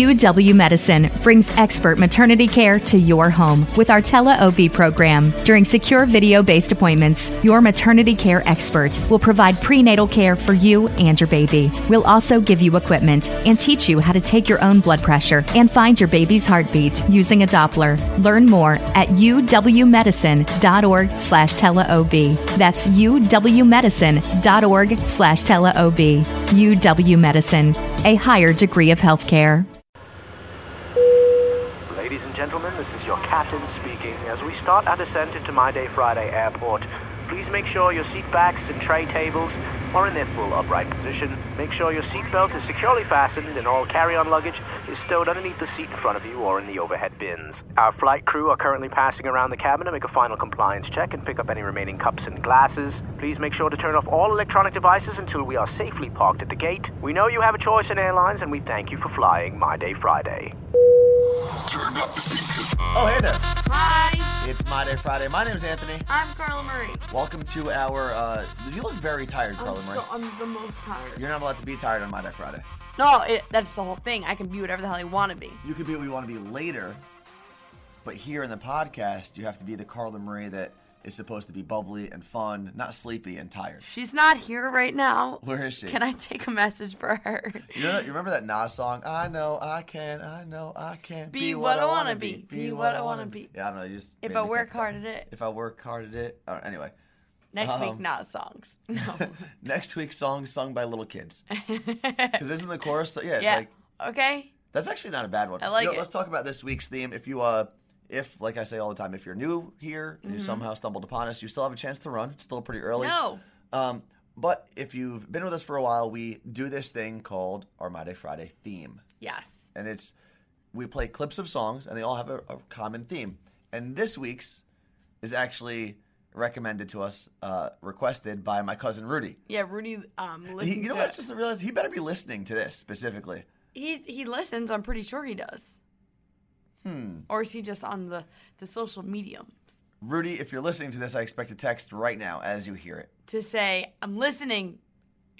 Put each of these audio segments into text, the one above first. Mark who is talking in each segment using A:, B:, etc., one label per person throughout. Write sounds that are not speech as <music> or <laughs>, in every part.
A: UW Medicine brings expert maternity care to your home with our Tele OB program. During secure video based appointments, your maternity care expert will provide prenatal care for you and your baby. We'll also give you equipment and teach you how to take your own blood pressure and find your baby's heartbeat using a Doppler. Learn more at uwmedicine.org slash teleob. That's uwmedicine.org slash teleob. UW Medicine, a higher degree of health care.
B: Ladies and gentlemen, this is your captain speaking. As we start our descent into My Day Friday Airport, please make sure your seat backs and tray tables are in their full upright position. Make sure your seat belt is securely fastened and all carry-on luggage is stowed underneath the seat in front of you or in the overhead bins. Our flight crew are currently passing around the cabin to make a final compliance check and pick up any remaining cups and glasses. Please make sure to turn off all electronic devices until we are safely parked at the gate. We know you have a choice in airlines and we thank you for flying My Day Friday.
C: Turn up the speakers. Oh, hey there.
D: Hi,
C: It's My Day Friday. My name's Anthony.
D: I'm Carla Murray.
C: Welcome to our. Uh, you look very tired, Carla
D: I'm
C: Murray.
D: So, I'm the most tired.
C: You're not allowed to be tired on My Day Friday.
D: No, it, that's the whole thing. I can be whatever the hell I want to be.
C: You could be what you want to be later, but here in the podcast, you have to be the Carla Murray that is supposed to be bubbly and fun, not sleepy and tired. <laughs>
D: She's not here right now.
C: Where is she?
D: Can I take a message for her?
C: You know that? You remember that Nas song? I know I can. I know I can
D: Be what I wanna be, be what I wanna
C: wanna
D: be.
C: Yeah, I don't know. You just
D: If
C: made
D: I
C: me
D: work
C: think of that.
D: hard at it.
C: If I work hard at it. All right, anyway.
D: Next week,
C: Um, <laughs>
D: not songs. No.
C: Next week's song sung by little
D: <laughs>
C: kids. Because isn't the chorus? So, yeah, it's
D: yeah.
C: like
D: okay.
C: that's actually not a bad one.
D: I like
C: You know,
D: it.
C: Let's talk about this week's theme. If you uh, if like I say all the time, if you're new here and you somehow stumbled upon us, you still have a chance to run. It's still pretty early.
D: Mm-hmm. No.
C: Um, but if you've been with us for a while, we do this thing called our My Day Friday theme.
D: Yes.
C: And it's we play clips of songs, and they all have a, a common theme. And this week's is actually recommended to us, uh, requested by my cousin Rudy.
D: Yeah, Rooney um,
C: He,
D: listens
C: you know
D: to
C: what? I
D: it.
C: just realized he better be listening to this specifically.
D: He, he listens. I'm pretty sure he does. Hmm. Or is he just on the, the social mediums
C: Rudy, if you're listening to this, I expect a text right now as you hear it.
D: to say, I'm listening?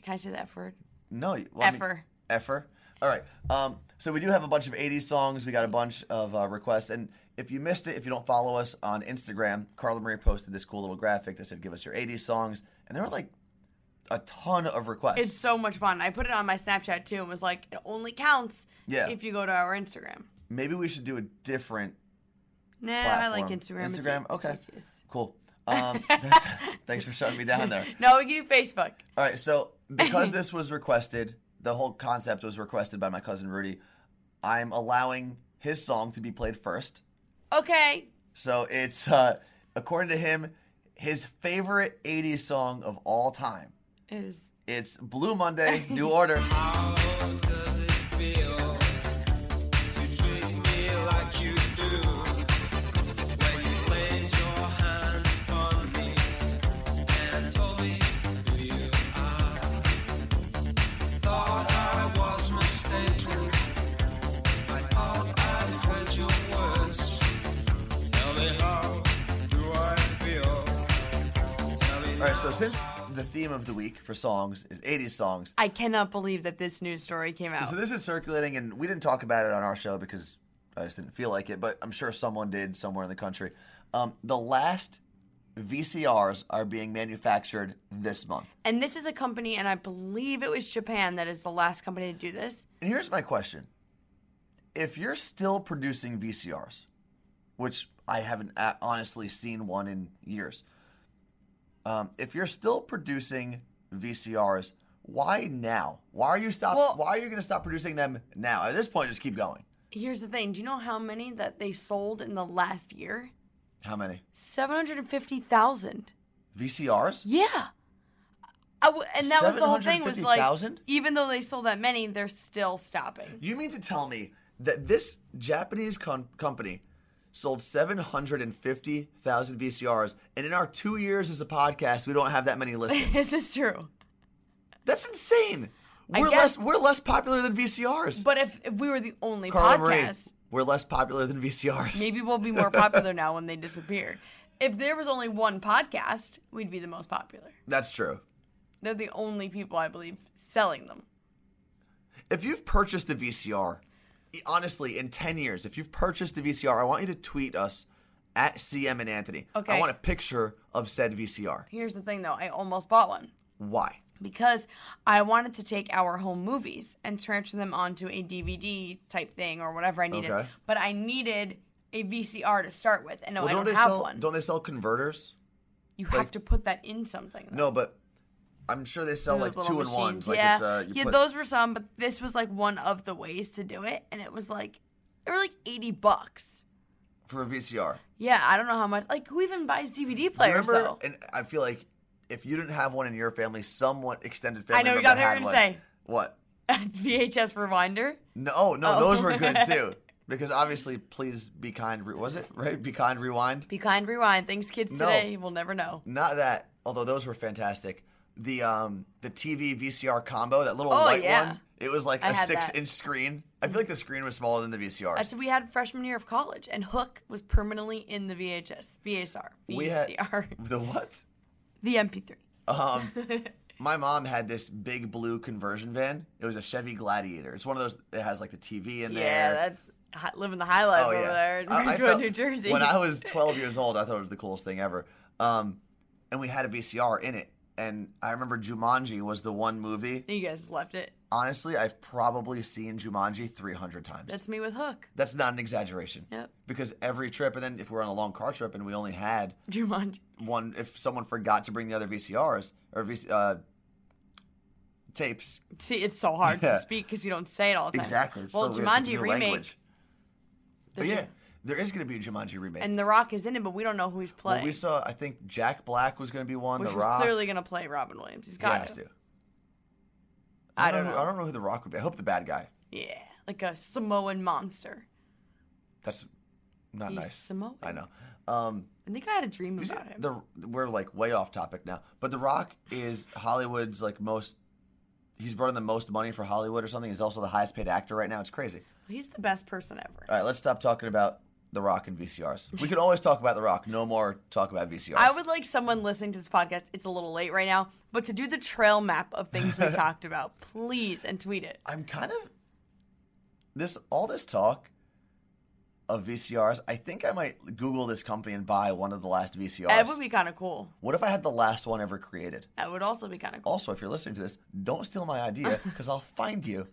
D: Can I say that word?
C: No, you- well, I mean-
D: Effer.
C: effer. All right. Um, so we do have a bunch of 80s songs. We got a bunch of uh, requests. And if you missed it, if you don't follow us on Instagram, Carla Marie posted this cool little graphic that said, "Give us your 80s songs," and there were like a ton of requests.
D: It's so much fun. I put it on my Snapchat too and was like, it only counts
C: Yeah.
D: if you go to our Instagram.
C: Maybe we should do a different
D: Nah, I
C: platform.
D: like Instagram. It's-
C: Instagram.
D: it's-
C: okay.
D: it's- it's-
C: Cool. Um, <laughs> that's, thanks for shutting me down there.
D: No, we can do Facebook.
C: All right, so because this was requested, the whole concept was requested by my cousin Rudy. I'm allowing his song to be played first.
D: Okay.
C: So it's uh, according to him, his favorite '80s song of all time.
D: Is
C: It's Blue Monday, New Order. All right, so since the theme of the week for songs is '80s songs,
D: I cannot believe that this news story came out.
C: so this is circulating, and we didn't talk about it on our show because I just didn't feel like it. But I'm sure someone did somewhere in the country. Um, the last VCRs are being manufactured this month.
D: and this is a company, and I believe it was Japan that is the last company to do this.
C: And here's my question. If you're still producing VCRs, which I haven't a- honestly seen one in years, um, if you're still producing VCRs, why now? Why are you stop?
D: Well-
C: why are you going to stop producing them now? At this point, just keep going.
D: Here's the thing. Do you know how many that they sold in the last year?
C: How many
D: 750,000.
C: VCRs?
D: Yeah. I w- and that was the whole thing was like
C: 750,000?
D: even though they sold that many, they're still stopping.
C: You mean to tell me that this Japanese com- company sold 750,000 VCRs, and in our two years as a podcast, we don't have that many listens?
D: <laughs> this is true.
C: That's insane.
D: I
C: We're
D: guess-
C: less we're less popular than VCRs.
D: But if, if we were the only
C: Carla Marie,
D: podcast,
C: we're less popular than VCRs.
D: maybe we'll be more popular now when they disappear. If there was only one podcast, we'd be the most popular.
C: That's true.
D: They're the only people I believe selling them.
C: If you've purchased a VCR, honestly, in 10 years, if you've purchased a VCR, I want you to tweet us at CM and Anthony. I
D: Okay.
C: want a picture of said VCR.
D: Here's the thing though, I almost bought one
C: Why?
D: because I wanted to take our home movies and transfer them onto a DVD type thing or whatever I needed.
C: Okay.
D: But I needed a VCR to start with, and no, I
C: don't
D: don't
C: they
D: have
C: sell
D: one.
C: don't they sell converters?
D: you have to put that in something. though.
C: No, but I'm sure they sell like
D: Those
C: two
D: little
C: and ones.
D: machines.
C: Like
D: yeah,
C: it's uh, you
D: yeah,
C: put-
D: those were some, but this was like one of the ways to do it, and it was like they were like eighty bucks.
C: for a VCR.
D: Yeah, I don't know how much. Like, who even buys DVD players
C: Remember,
D: though? <laughs>
C: and I feel like if you didn't have one in your family, somewhat extended family.
D: know
C: member
D: exactly what
C: had
D: you're
C: one.
D: gonna say.
C: What?
D: VHS rewinder.
C: No, oh, no,
D: Oh.
C: those were
D: <laughs>
C: good too. Because obviously, please be kind. Re- was it right? Be kind. Rewind.
D: Be kind, rewind. Thanks, kids
C: No.
D: today. We'll never know.
C: Not that. Although those were fantastic. The um the TV VCR combo, that little
D: Oh,
C: white
D: yeah.
C: one. It was like
D: I
C: a
D: had
C: six
D: that.
C: inch screen. I feel like the screen was smaller than the VCR.
D: That's what we had freshman year of college, and Hook was permanently in the VHS, VSR, VCR,
C: we had the what?
D: <laughs> the MP3. <laughs>
C: Um, my mom had this big blue conversion van. It was a Chevy Gladiator. It's one of those that has like the TV in there. Oh,
D: Yeah, that's hi- living the high life over there in <laughs>
C: I- I
D: Ridgewood,
C: felt-
D: New Jersey.
C: When I was 12 years old, I thought it was the coolest thing ever. Um, and we had a VCR in it. And I remember Jumanji was the one movie.
D: <laughs> you guys just left it.
C: Honestly, I've probably seen Jumanji 300 times.
D: That's me with Hook.
C: That's not an exaggeration.
D: Yep.
C: Because every trip, and then if we were on a long car trip and we only had
D: Jumanji.
C: one, if someone forgot to bring the other VCRs or VC, uh, tapes,
D: See, it's so hard
C: Yeah.
D: to speak because you don't say it all the time.
C: Exactly. It's
D: well,
C: so weird. It's a
D: Jumanji
C: new
D: remake,
C: language.
D: the
C: But
D: Ju-
C: yeah, there is going to be a Jumanji remake.
D: and The Rock is in it, but we don't know who he's
C: Well,
D: playing.
C: we saw, I think Jack Black was going to be one.
D: which
C: the
D: was
C: Rock
D: clearly going to play Robin Williams. He's
C: He
D: got
C: has
D: to.
C: to.
D: I don't
C: who-
D: know.
C: I don't know who the Rock would be. I hope the bad guy.
D: Yeah, like a Samoan monster.
C: That's not
D: He's
C: nice.
D: Samoan.
C: I know. Um,
D: I think I had a dream
C: you see,
D: about him.
C: the we're like way off topic now, but The Rock is Hollywood's like most. He's brought in the most money for Hollywood or something. He's also the highest paid actor right now. It's crazy.
D: He's the best person ever.
C: All right, let's stop talking about The Rock and
D: <laughs>
C: VCRs. We can always talk about The Rock. No more talk about VCRs.
D: I would like someone listening to this podcast. It's a little late right now, but to do the trail map of
C: <laughs>
D: things we talked about, please, and tweet it.
C: I'm kind of this all this talk of VCRs. I think I might Google this company and buy one of the last VCRs.
D: That would be kind of cool.
C: what if I had the last one ever created?
D: That would also be kind of cool.
C: Also, if you're listening to this, don't steal my
D: <laughs>
C: idea because I'll find you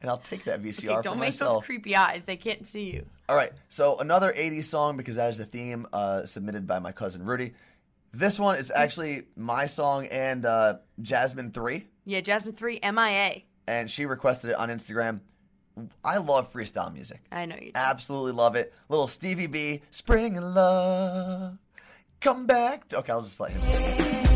C: and I'll take that VCR
D: Okay,
C: for
D: don't make
C: myself.
D: those creepy eyes. They can't see you.
C: all right, so another '80s song because that is the theme uh, submitted by my cousin Rudy. This one is actually my song and uh, Jasmine Three.
D: Yeah, Jasmine 3, MIA.
C: and she requested it on Instagram. I love freestyle music.
D: I know
C: Ah.
D: you do.
C: Absolutely love it. Little Stevie B, Spring in Love. Come back. to-" Okay, I'll just let him sing. it.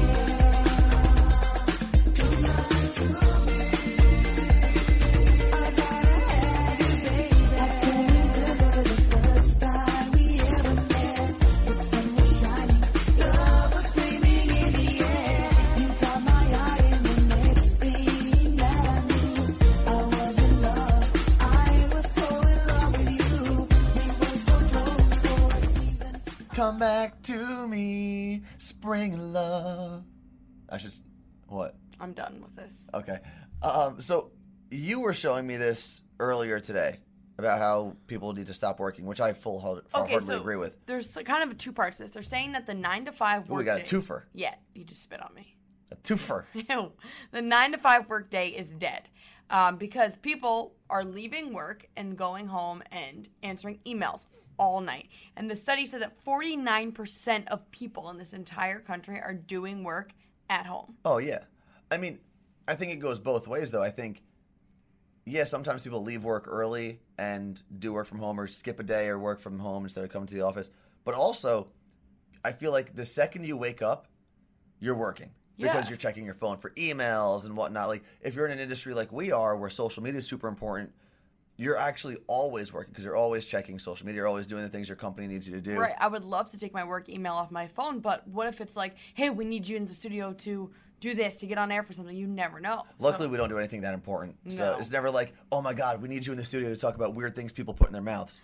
C: Come back to me, Spring in Love. I should. s- What?
D: I'm done with this.
C: Okay. Um, so you were showing me this earlier today about how people need to stop working, which I full hard,
D: Okay,
C: hardly
D: so
C: agree with.
D: there's kind of two parts to this. They're saying that the nine to five
C: Ooh,
D: work
C: we got a twofer.
D: Yeah, you just spit on me.
C: A twofer.
D: Ew. The nine to five work day is dead um, because people are leaving work and going home and answering emails all night. And the study said that 49% of people in this entire country are doing work at home.
C: Oh yeah, I mean, I think it goes both ways though. I think, yeah, sometimes people leave work early and do work from home, or skip a day or work from home instead of coming to the office. But also, I feel like the second you wake up, you're working because
D: Yeah.
C: you're checking your phone for emails and whatnot. Like if you're in an industry like we are, where social media is super important. You're actually always working because you're always checking social media. You're always doing the things your company needs you to do.
D: Right. I would love to take my work email off my phone, but what if it's like, hey, we need you in the studio to do this, to get on air for something? You never know.
C: Luckily, we don't do anything that important. So
D: No.
C: it's never like, oh my God, we need you in the studio to talk about weird things people put in their mouths.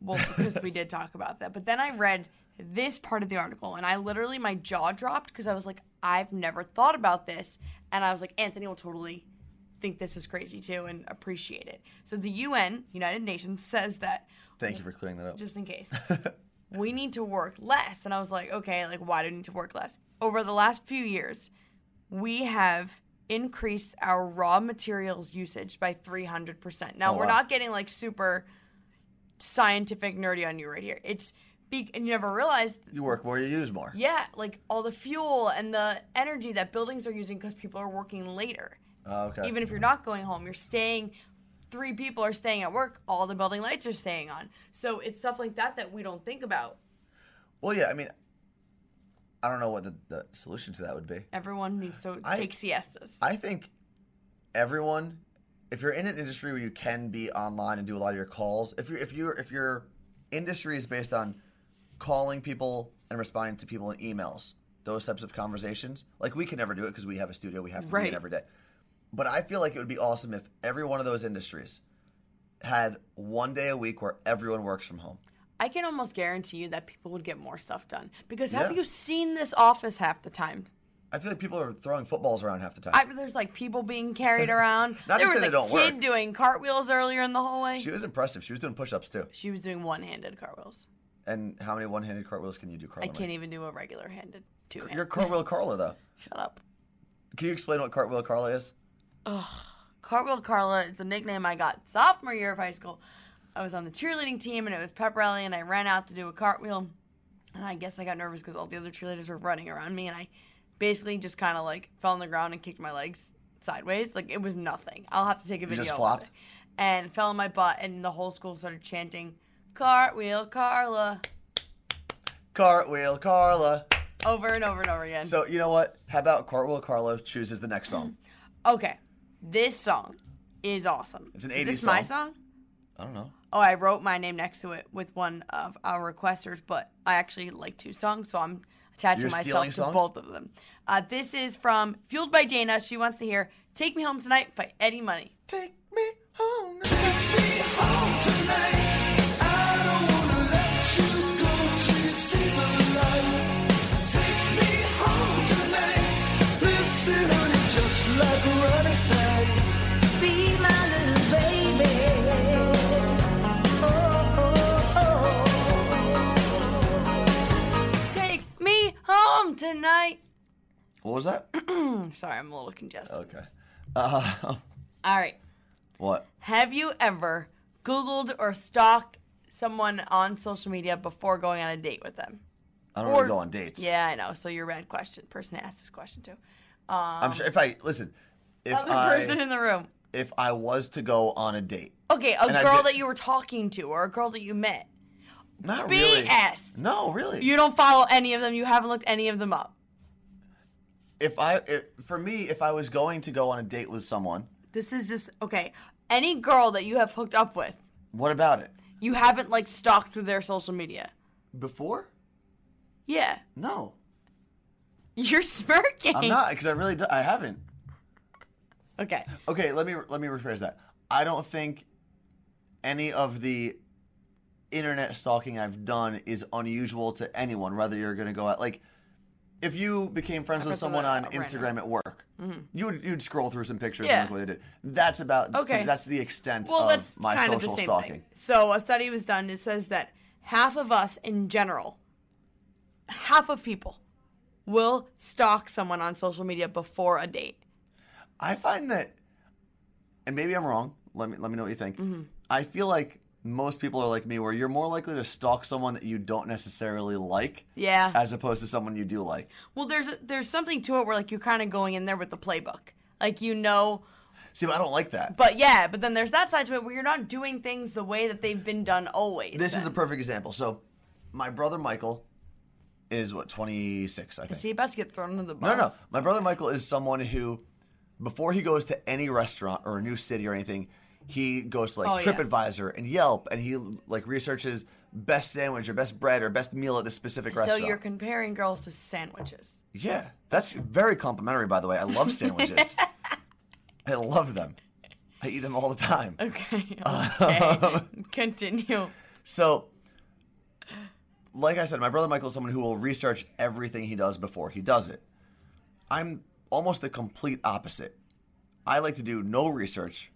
D: Well, because we did talk about that. But then I read this part of the article and I literally, my jaw dropped because I was like, I've never thought about this. And I was like, Anthony will totally think this is crazy too and appreciate it. So the UN, United Nations, says that
C: Thank you for clearing that up.
D: just in case. <laughs> we need to work less. And I was like, okay, like, why do we need to work less? Over the last few years, we have increased our raw materials usage by 300%. Now,
C: Oh,
D: we're
C: wow.
D: not getting like super scientific nerdy on you right here. It's big, and you never realize,
C: you work more, you use more.
D: yeah, like all the fuel and the energy that buildings are using because people are working later.
C: Oh, okay.
D: Even if you're not going home, you're staying. Three people are staying at work. All the building lights are staying on. So it's stuff like that that we don't think about.
C: well, yeah. I mean, I don't know what the, the solution to that would be.
D: Everyone needs to
C: I-
D: take siestas.
C: I think everyone, if you're in an industry where you can be online and do a lot of your calls, if you if you if your industry is based on calling people and responding to people in emails, those types of conversations, like we can never do it because we have a studio, we have to be
D: Right.
C: in every day. But I feel like it would be awesome if every one of those industries had one day a week where everyone works from home.
D: I can almost guarantee you that people would get more stuff done because have
C: Yeah.
D: you seen this office half the time?
C: I feel like people are throwing footballs around half the time.
D: I, there's like people
C: <laughs>
D: being carried around.
C: Not
D: there
C: to
D: was
C: say
D: a
C: they don't
D: kid
C: work.
D: doing cartwheels earlier in the hallway.
C: she
D: She,
C: was impressive. She was doing push-ups too.
D: was doing one-handed cartwheels.
C: And how many one-handed cartwheels can you do, Carla?
D: I can't even do a regular-handed two-handed.
C: You're cartwheel Carla though.
D: Shut up.
C: Can you explain what cartwheel Carla is?
D: Cartwheel Carla is the nickname I got sophomore year of high school. I was on the cheerleading team and it was pep rally and I ran out to do a cartwheel. And I guess I got nervous because all the other cheerleaders were running around me and I basically just kind of like fell on the ground and kicked my legs sideways. Like it was nothing. I'll have to take a video.
C: just
D: of
C: flopped?
D: it. And fell on my butt and the whole school started chanting, Cartwheel Carla,
C: Cartwheel Carla.
D: over and over and over again.
C: So you know what? How about Cartwheel Carla chooses the next song?
D: okay, this song is awesome.
C: It's an
D: Is
C: 80s
D: this my
C: song.
D: song?
C: I don't know.
D: Oh, I wrote my name next to it with one of our requesters, but I actually like two songs, so I'm attaching
C: You're
D: myself
C: stealing
D: to
C: songs?
D: both of them. Uh, this is from Fueled by Dana. She wants to hear "Take Me Home Tonight" by Eddie Money.
C: Take me home.
E: Just like Renaissance Be my little baby Oh, oh, oh
D: Take me home tonight.
C: What was that?
D: I'm sorry, I'm a little congested.
C: Okay. Uh, <laughs>
D: All right.
C: what?
D: Have you ever Googled or stalked someone on social media before going on a date with them?
C: I don't
D: Or-
C: really go on dates.
D: Yeah, I know. So you're a bad question. Person asked this question too.
C: I'm sure if I listen, if
D: Other person
C: I
D: in the room.
C: if I was to go on a date,
D: Okay, a
C: And I
D: girl
C: did-
D: that you were talking to or a girl that you met.
C: not
D: BS.
C: really. No, really.
D: You don't follow any of them. You haven't looked any of them up.
C: if I if, for me, if I was going to go on a date with someone,
D: This is just okay. Any girl that you have hooked up with,
C: what about it?
D: you haven't like stalked through their social media.
C: Before?
D: Yeah, <laughs>
C: No,
D: you're smirking.
C: I'm not because I really do, I haven't.
D: Okay.
C: Okay, let me let me rephrase that. I don't think any of the internet stalking I've done is unusual to anyone. Whether you're going to go out like if you became friends with
D: thought
C: someone on
D: that was
C: Instagram
D: random.
C: at
D: Mm-hmm.
C: work, you would you'd scroll through some pictures
D: Yeah.
C: and look what they did. That's about
D: Okay.
C: That's the extent
D: Well, that's
C: of um, my
D: kind
C: social
D: of the same
C: stalking.
D: thing. So a study was done. It says that half of us in general, half of people, will stalk someone on social media before a date.
C: I find that, and maybe I'm wrong. Let me let me know what you think.
D: Mm-hmm.
C: I feel like most people are like me, where you're more likely to stalk someone that you don't necessarily like,
D: Yeah.
C: as opposed to someone you do like.
D: Well, there's there's something to it where like you're kind of going in there with the playbook. Like you know
C: See, but I don't like that.
D: But yeah, but then there's that side to it where you're not doing things the way that they've been done always.
C: this is a
D: then.
C: perfect example. So, my brother Michael is what 26, I think.
D: Is he about to get thrown under the bus?
C: no, no. My brother Michael is someone who, before he goes to any restaurant or a new city or anything, he goes to like
D: Oh, yeah.
C: TripAdvisor and Yelp, and he like researches best sandwich or best bread or best meal at this specific
D: So
C: restaurant.
D: you're comparing girls to sandwiches.
C: <laughs> Yeah, that's very complimentary, by the way. I love
D: <laughs>
C: sandwiches. I love them. I eat them all the
D: <laughs>
C: time.
D: Okay.
C: <laughs>
D: okay. Continue.
C: So, like I said, my brother Michael is someone who will research everything he does before he does it. I'm almost the complete opposite. I like to do no research,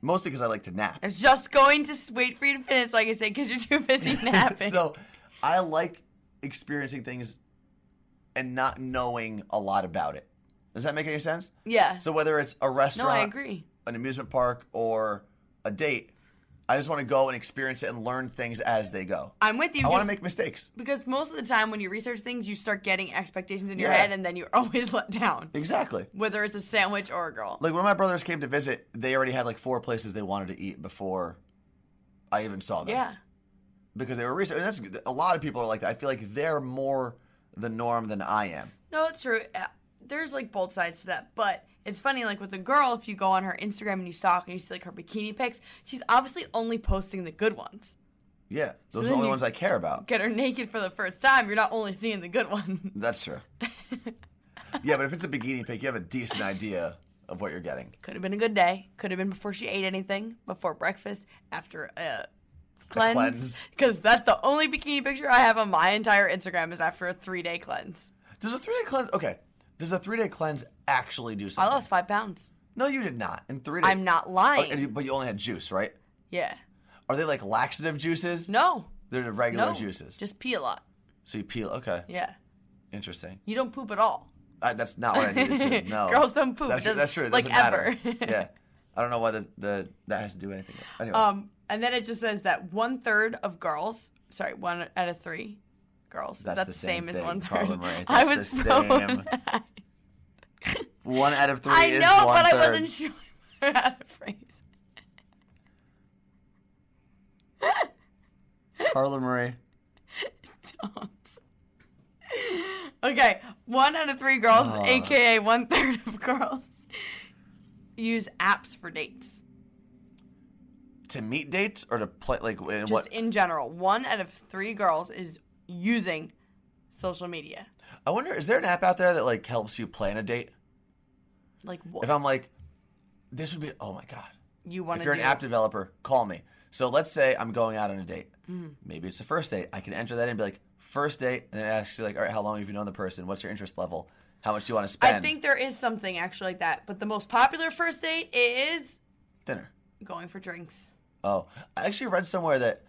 C: mostly because I like to nap.
D: I was just going to s- wait for you to finish, so I can say, because you're too
C: <laughs>
D: busy napping.
C: so I like experiencing things and not knowing a lot about it. Does that make any sense?
D: yeah.
C: So whether it's a
D: no,
C: restaurant,
D: I agree.
C: an amusement park, or a date, I just want to go and experience it and learn things as they go.
D: I'm with you.
C: I want to
D: because-
C: make mistakes.
D: because most of the time when you research things, you start getting expectations in your
C: Yeah.
D: head, and then you're <laughs> always let down,
C: Exactly.
D: whether it's a sandwich or a girl.
C: Like when my brothers came to visit, they already had like four places they wanted to eat before I even saw them.
D: yeah.
C: Because they were researching. That's a lot of people are like that. I feel like they're more the norm than I am.
D: No, it's true. Uh, There's like both sides to that, but it's funny. Like with a girl, if you go on her Instagram and you stalk and you see like her bikini pics, she's obviously only posting the good ones.
C: Yeah, those are
D: then
C: the only
D: you-
C: ones I care about.
D: Get her <laughs> naked for the first time, you're not only seeing the good one. <laughs>
C: That's true. yeah, but if it's a bikini pic, you have a decent idea of what you're getting.
D: Could have been a good day. Could have been before she ate anything, before breakfast, after a cleanse.
C: cleanse.
D: Because that's the only bikini picture I have on my entire Instagram is after a three day cleanse.
C: Does a three day cleanse? Okay, does a three day cleanse actually do
D: I
C: something?
D: lost five pounds.
C: No, you did not. In three days.
D: I'm not
C: Oh,
D: lying.
C: and you- but you only had juice, right?
D: yeah.
C: Are they like laxative juices?
D: No.
C: They're the regular
D: no.
C: juices.
D: Just pee a lot.
C: so you peel. Okay,
D: Yeah.
C: interesting.
D: You don't poop at all.
C: I, that's not what I needed
D: <laughs>
C: to know.
D: Girls don't poop.
C: That's,
D: It doesn't-
C: that's true. It
D: like,
C: doesn't matter.
D: ever. <laughs>
C: yeah, I don't know why the, the that has to do anything. Anyway,
D: Um, and then it just says that one third of girls, sorry, one out of three girls.
C: That's
D: is that
C: the
D: the
C: same
D: same, as
C: thing,
D: one third?
C: Carla
D: <laughs>
C: Marie.
D: I
C: That's
D: was
C: the
D: so <laughs>
C: same. one out of three.
D: I
C: is
D: know, but
C: one-third.
D: I wasn't sure <laughs> how to phrase.
C: Carla Marie.
D: Don't. <laughs> Okay, one out of three girls, aka one third of girls, use apps for dates.
C: to meet dates or to play like in
D: Just
C: what
D: in general, one out of three girls is using social media.
C: I wonder is there an app out there that like helps you plan a date?
D: Like
C: If
D: what
C: I'm like this would be oh my god.
D: you want
C: If
D: to
C: you're
D: do.
C: an app developer, call me. So let's say I'm going out on a date.
D: Mm.
C: Maybe it's a first date. I can enter that in and be like first date and then it asks you like all right, how long have you known the person? What's your interest level? How much do you want to spend?
D: I think there is something actually like that, but the most popular first date is
C: dinner.
D: going for drinks.
C: Oh, I actually read somewhere that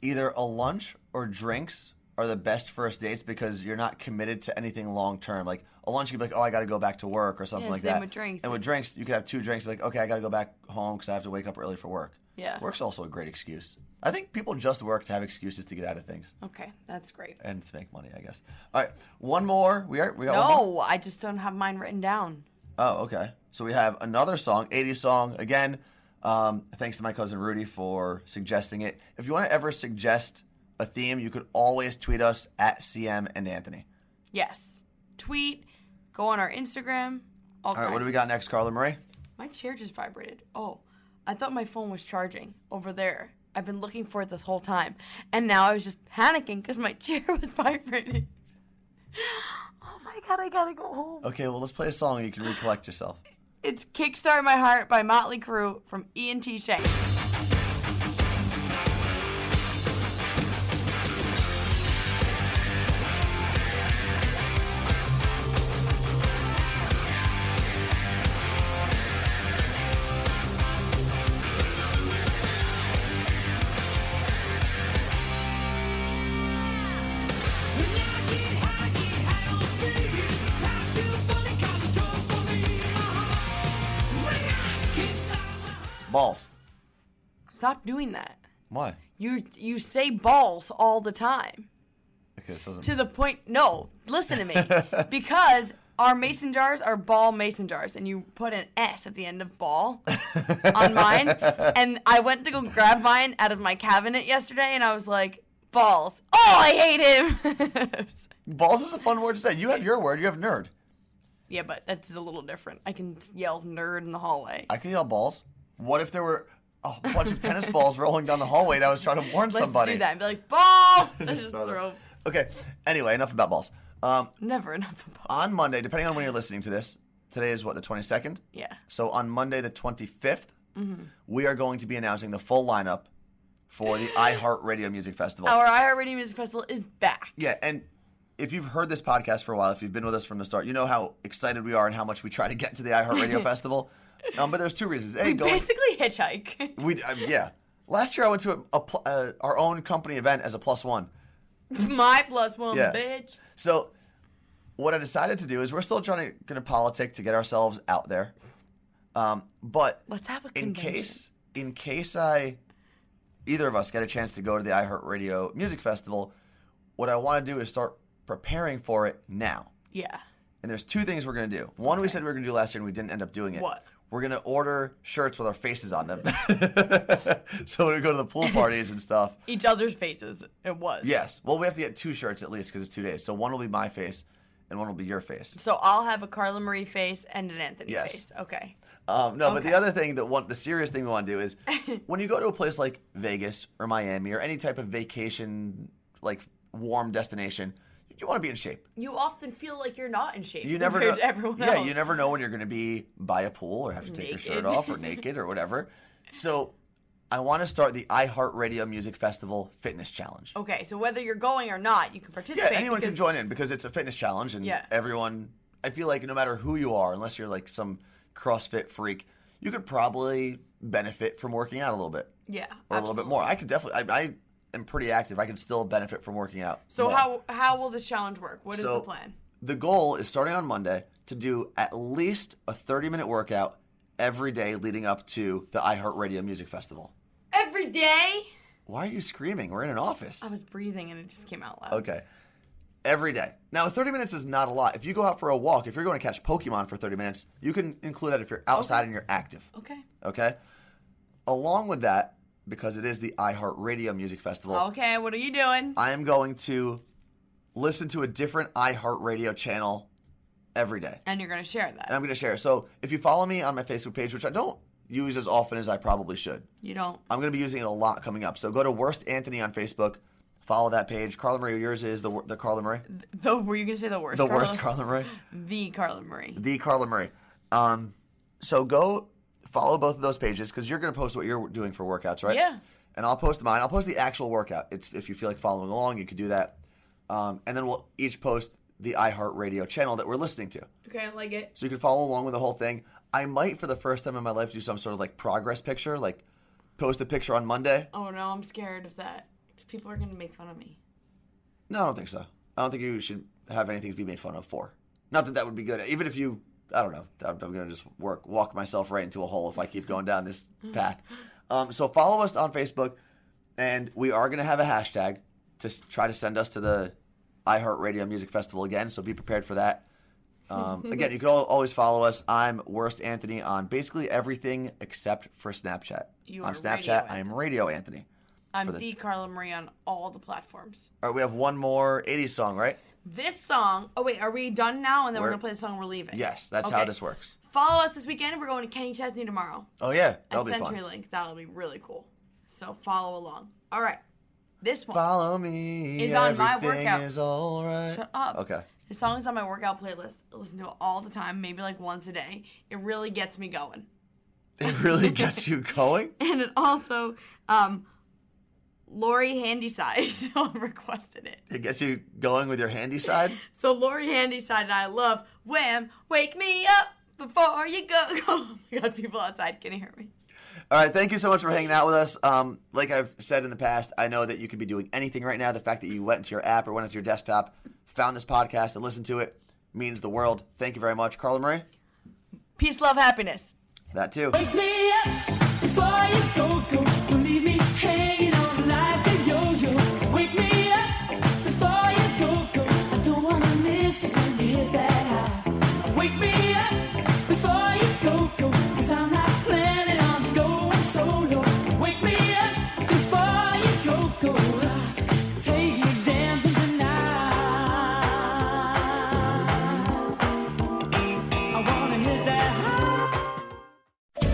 C: either a lunch or drinks are the best first dates because you're not committed to anything long term. Like a lunch, you could be like, "Oh, I got to go back to work" or something
D: Yeah,
C: like
D: same
C: that.
D: with drinks.
C: And with drinks, you could have two drinks. Like, okay, I got to go back home because I have to wake up early for work.
D: Yeah.
C: work's also a great excuse. I think people just work to have excuses to get out of things
D: Okay, that's great.
C: and to make money. I guess. All right, one more. We are. We got one more?
D: No, I just don't have mine written down.
C: Oh, okay. So we have another song, 80s song. Again, um, thanks to my cousin Rudy for suggesting it. If you want to ever suggest a theme, you could always tweet us at CM and Anthony.
D: Yes. Tweet, go on our Instagram. All,
C: All right, what do we got next, Carla Marie?
D: My chair just vibrated. Oh, I thought my phone was charging over there. I've been looking for it this whole time. And now I was just panicking because my <laughs> chair was vibrating. oh my god, I gotta go home.
C: Okay, well, let's play a song and you can recollect yourself.
D: It's Kickstart My Heart by Motley Crue from Ian T. Shank.
C: Balls.
D: Stop doing that.
C: Why?
D: You you say balls all the time.
C: Okay, this doesn't.
D: To the point no, listen to me.
C: <laughs>
D: because our mason jars are ball mason jars and you put an S at the end of ball
C: <laughs>
D: on mine. And I went to go grab mine out of my cabinet yesterday and I was like, balls. Oh, I hate him. <laughs>
C: Balls is a fun word to say. You have your word, you have nerd.
D: yeah, but that's a little different. I can yell nerd in the hallway.
C: I could yell balls. What if there were a bunch of tennis balls rolling down the hallway and I was trying to warn
D: Let's
C: somebody?
D: do that and be like, balls. Let's
C: <laughs>
D: just
C: Just throw
D: throw
C: them. Okay, anyway, enough about balls. Um,
D: never enough of balls.
C: on Monday, depending on when you're listening to this, today is what, the 22nd?
D: Yeah. Mm-hmm.
C: So on Monday, the 25th, we are going to be announcing the full lineup for
D: <gasps>
C: the iHeartRadio Music Festival.
D: Our iHeartRadio Music Festival is back.
C: yeah, and if you've heard
D: <laughs>
C: this podcast for a while, if you've been with us from the start, you know how excited we are and how much we try to get to the iHeartRadio Festival. Um, but there's two reasons. A, going
D: Basically, hitchhike. <laughs>
C: we uh, yeah. Last year I went to a, a pl- uh, our own company event as a plus one.
D: My plus one,
C: Yeah.
D: bitch.
C: So what I decided to do is we're still trying to going to politic to get ourselves out there. Um, but
D: Let's have a
C: in
D: convention.
C: case in case I either of us get a chance to go to the iHeartRadio Music Festival, what I want to do is start preparing for it now.
D: Yeah.
C: And there's two things we're gonna do. One we said we were gonna do last year and we didn't end up doing it.
D: What?
C: We're gonna order shirts with our faces on them. <laughs> so when we go to the pool parties and stuff.
D: Each other's faces. It was.
C: Yes. Well, we have to get two shirts at least because it's two days. So one will be my face and one will be your face.
D: So I'll have a Carla Marie face and an Anthony
C: Yes.
D: face. Okay.
C: Um, no, but the other thing that one, the serious thing we want to do
D: <laughs>
C: is when you go to a place like Vegas or Miami or any type of vacation, like warm destination, you want to be in shape.
D: You often feel like you're not in shape
C: You never know.
D: <laughs> compared to everyone
C: yeah,
D: else.
C: you never know when you're going to be by a pool or have to take your shirt
D: Naked.
C: off or naked or whatever. So, I want to start the iHeartRadio Music Festival Fitness Challenge.
D: Okay, so whether you're going or not, you can
C: yeah,
D: participate.
C: anyone can
D: because-
C: join in because it's a fitness challenge, and
D: Yeah.
C: everyone. I feel like no matter who you are, unless you're like some CrossFit freak, you could probably benefit from working out a little bit
D: Yeah.
C: or a little bit
D: absolutely.
C: more. I could definitely. I, I am pretty active. I could still benefit from working out.
D: So
C: more.
D: how how will this challenge work? What is
C: So,
D: the plan?
C: The goal is starting on Monday to do at least a 30 minute workout every day leading up to the iHeartRadio Music Festival.
D: Every day?
C: Why are you screaming? We're in an office.
D: I was breathing and it just came out loud.
C: Okay. Every day. Now, 30 minutes is not a lot. If you go out for a walk, if you're going to catch Pokemon for 30 minutes, you can include that if you're outside and you're active.
D: Okay.
C: Okay? Along with that, because it is the iHeartRadio Music Festival,
D: Okay, what are you doing?
C: I am going to listen to a different iHeartRadio channel every day.
D: and you're gonna share that.
C: and I'm going to share. So if you follow me on my Facebook page, which I don't use as often as I probably should,
D: you don't
C: I'm going to be using it a lot coming up. So go to Worst Anthony on Facebook, follow that page. Carla Marie, yours is the wor- the Carla Marie,
D: though were you gonna say the worst?
C: the
D: Carla?
C: worst Carla Marie,
D: The Carla Marie.
C: the Carla Marie. Um, so go follow both of those pages because you're going to post what you're doing for workouts, right?
D: Yeah.
C: And I'll post mine. I'll post the actual workout. It's if you feel like following along, you could do that. Um, and then we'll each post the iHeartRadio channel that we're listening to.
D: Okay, I like it.
C: so you can follow along with the whole thing. I might, for the first time in my life, do some sort of like progress picture, like post a picture on Monday.
D: Oh no, I'm scared of that. 'Cause People are gonna make fun of me.
C: No, I don't think so. I don't think you should have anything to be made fun of for. Not that that would be good. Even if you, I don't know, I'm, I'm gonna just work walk myself right into a hole if I keep going down
D: <laughs>
C: this path. Um, so follow us on Facebook, and we are gonna have a hashtag to s- try to send us to the iHeartRadio Music Festival again. So be prepared for that. Um,
D: <laughs>
C: again, you can al- always follow us. I'm Worst Anthony on basically everything except for Snapchat.
D: You
C: on
D: are Radio
C: Snapchat, I am Radio Anthony.
D: I'm
C: For
D: the,
C: the-
D: Carla Marie on all the platforms.
C: All right, we have one more 80s song, right?
D: This song. Oh wait, are we done now? And then we're,
C: We're-
D: gonna play the song we're leaving.
C: Yes, that's how
D: Okay.
C: this works.
D: Follow us this weekend. We're going to Kenny Chesney tomorrow
C: Oh yeah,
D: at
C: that'll be fun.
D: CenturyLink. That'll be really cool. So follow along. All right, this one.
C: Follow me.
D: Is on my
C: everything
D: workout.
C: Is all right.
D: Shut up. <laughs>
C: Okay.
D: The song is on my workout playlist. I listen to it all the time, maybe like once a day. It really gets me going. <laughs>
C: It really gets you going.
D: And it also, um, Lori Handyside <laughs> requested it.
C: It gets you going with your handy side.
D: So Lori Handyside and I love Wham, Wake Me Up Before You Go. <laughs> Oh my god, people outside can hear me.
C: All right, thank you so much for hanging out with us. Um, like I've said in the past, I know that you could be doing anything right now. The fact that you went into your app or went into your desktop, found this podcast and listened to it means the world. Thank you very much, Carla Marie.
D: Peace, love, happiness.
C: That too.
E: Wake me up before you go, go. Don't leave me hanging on like a yo-yo. Wake me up before you go, go. I don't wanna miss it when you hit that high. Wake me up before you go, go. Cause I'm not planning on going solo. Wake me up before you go, go. Take me dancing tonight. I wanna hit that high.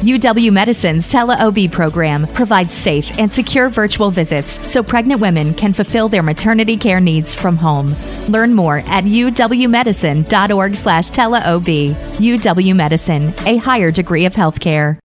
A: UW Medicine's Tele-OB program provides safe and secure virtual visits so pregnant women can fulfill their maternity care needs from home. Learn more at uwmedicine.org slash tele-OB. UW Medicine, a higher degree of healthcare.